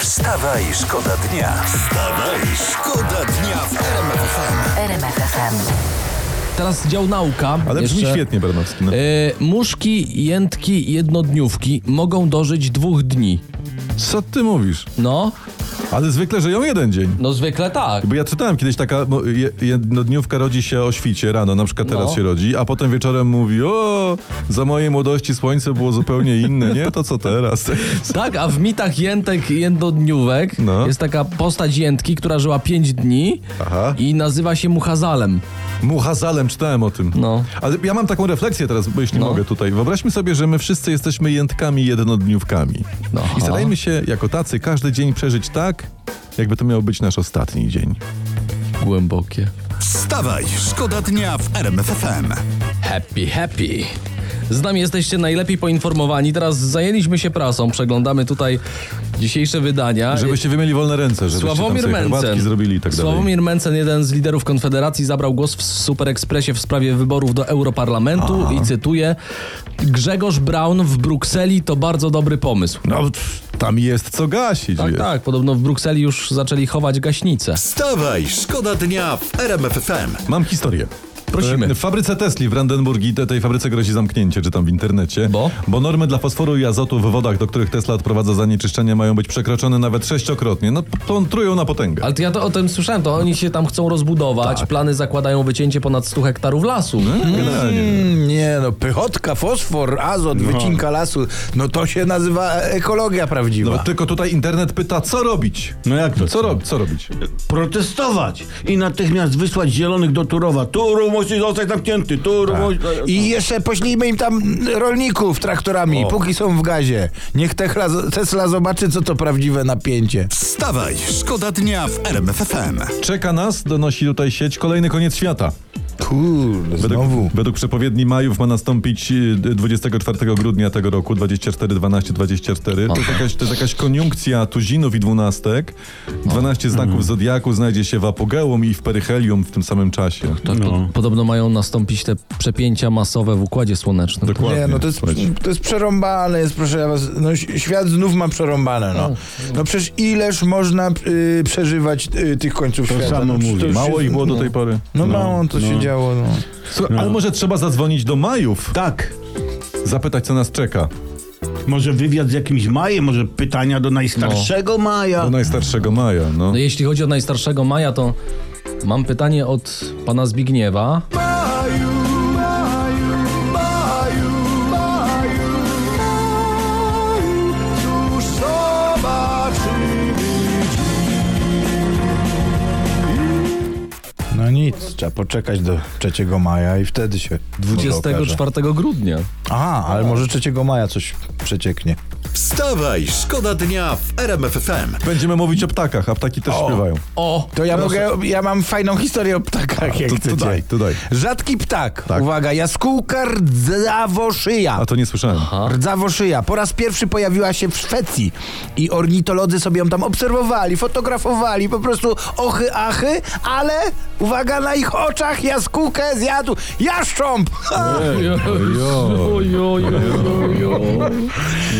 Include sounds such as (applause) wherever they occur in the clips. Wstawaj, szkoda dnia. Wstawaj, szkoda dnia w RMF FM. RMF FM. Teraz dział nauka. Ale brzmi świetnie, Bernowski. No. E, muszki, jętki, jednodniówki mogą dożyć dwóch dni. Co ty mówisz? No, Ale zwykle żyją jeden dzień. no zwykle tak. Bo ja czytałem kiedyś taka no, je- jednodniówka rodzi się o świcie rano, na przykład teraz No. się rodzi, a potem wieczorem mówi, o, za mojej młodości słońce było zupełnie inne, nie? To (laughs) co teraz? Tak, a w mitach jętek, jednodniówek No. jest taka postać jętki, która żyła pięć dni Aha. i nazywa się Muchazalem. Muchazalem czytałem o tym. No. Ale ja mam taką refleksję teraz, bo jeśli No. mogę tutaj. Wyobraźmy sobie, że my wszyscy jesteśmy jętkami jednodniówkami. No. I starajmy się jako tacy każdy dzień przeżyć tak, jakby to miał być nasz ostatni dzień. Głębokie. Wstawaj, szkoda dnia w RMF FM. Happy, happy. Z nami jesteście najlepiej poinformowani. Teraz zajęliśmy się prasą, przeglądamy tutaj dzisiejsze wydania. Żebyście wymieli wolne ręce, żebyście tam Sławomir sobie herbatki Mencen. zrobili i tak dalej. Sławomir Mencen, jeden z liderów Konfederacji, zabrał głos w Superekspresie w sprawie wyborów do Europarlamentu i cytuję: Grzegorz Braun w Brukseli to bardzo dobry pomysł. No, pff, tam jest co gasić, Tak, wiesz. tak, podobno w Brukseli już zaczęli chować gaśnice. Wstawaj, szkoda dnia w RMF FM. Mam historię. Prosimy. E, W fabryce Tesli w Brandenburgii, te, tej fabryce grozi zamknięcie, czytam w internecie. Bo? Bo normy dla fosforu i azotu w wodach, do których Tesla odprowadza zanieczyszczenia, mają być przekroczone nawet sześciokrotnie. No, p- to trują na potęgę. Ale to ja to o tym słyszałem, to oni się tam chcą rozbudować, Tak. plany zakładają wycięcie ponad 100 hektarów lasu. No, Generalnie. Mm, Nie no, pychotka, fosfor, azot, wycinka lasu, no to się nazywa ekologia prawdziwa. No, tylko tutaj internet pyta, co robić? No jak to? Co, rob, co robić? Protestować i natychmiast wysłać zielonych do Turowa. Turów musi zostać zamknięty, Turów musi... I jeszcze poślijmy im tam rolników traktorami, póki są w gazie. Niech Tesla, Tesla zobaczy, co to prawdziwe napięcie. Wstawaj, szkoda dnia w RMF FM. Czeka nas, donosi tutaj sieć, kolejny koniec świata. Kurde, Według, znowu. według przepowiedni Majów ma nastąpić y, 24 grudnia tego roku, 24, 12, 24. To jest jakaś, to jest jakaś koniunkcja tuzinów i dwunastek. 12 Mhm. znaków Zodiaku znajdzie się w apogeum i w peryhelium w tym samym czasie. Tak, po, podobno mają nastąpić te przepięcia masowe w Układzie Słonecznym. Dokładnie. Nie, no to jest, Słuchajcie. to jest przerąbane, jest, proszę ja was, no, ś- świat znów ma przerąbane, no. No przecież ileż można y, przeżywać y, tych końców to świata. samo no, przecież to mówię. już Mało jest- ich było do tej no. pory. No mało to się działo, no. Słuchaj, Ale może trzeba zadzwonić do Majów, Tak. zapytać co nas czeka. Może wywiad z jakimś Majem, może pytania do najstarszego Maja. Do najstarszego Maja, no. No jeśli chodzi o najstarszego Maja, to mam pytanie od pana Zbigniewa. No nic, trzeba poczekać do 3 maja i wtedy się. może okaże. 24 grudnia. Aha, ale może 3 maja coś przecieknie. Wstawaj, szkoda dnia w RMF FM. Będziemy mówić o ptakach, a ptaki też śpiewają. O! To ja mogę, ja mam fajną historię o ptakach, jak to- to chcecie. daj, to daj. Rzadki ptak, uwaga, jaskółka rdzawoszyja. A to nie słyszałem. Rdzawoszyja po raz pierwszy pojawiła się w Szwecji i ornitolodzy sobie ją tam obserwowali, fotografowali, po prostu ochy achy, ale uwaga, na ich oczach jaskółkę zjadł (laughs) jaszcząb!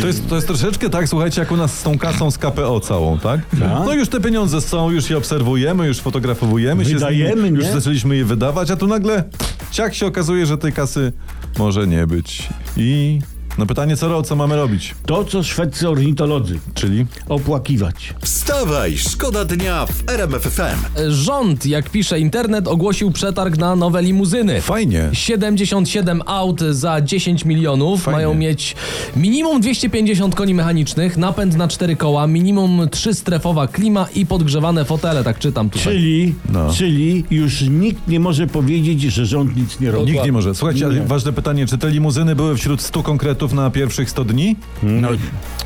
To jest, to jest troszeczkę tak, słuchajcie, jak u nas z tą kasą z KPO całą, tak? No już te pieniądze są, już je obserwujemy, już fotografowujemy się. z Wydajemy, nimi, nie? Już zaczęliśmy je wydawać, a tu nagle ciak się okazuje, że tej kasy może nie być. I no pytanie co, ro- co mamy robić? To, co szwedzcy ornitolodzy. Czyli Opłakiwać. Tak. Wstawaj, szkoda dnia w RMF FM. Rząd, jak pisze internet, ogłosił przetarg na nowe limuzyny. fajnie. 77 aut za 10 milionów Fajnie. mają mieć minimum 250 koni mechanicznych, napęd na 4 koła, minimum 3-strefowa klima i podgrzewane fotele, tak czytam tutaj. Czyli, czyli już nikt nie może powiedzieć, że rząd nic nie robi. Nikt nie może. Słuchajcie, ale Nie. ważne pytanie, czy te limuzyny były wśród 100 konkretów na pierwszych 100 dni? Mhm. No,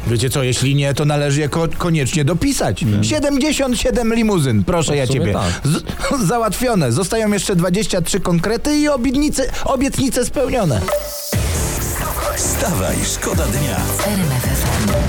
Wiecie co, jeśli nie, to należy je ko- koniecznie dopisać. 77 limuzyn, proszę ja Mhm. sumie ciebie. tak. Z- (laughs) załatwione. Zostają jeszcze 23 konkrety i obietnice, obietnice spełnione. Wstawaj, szkoda dnia. RMF FM.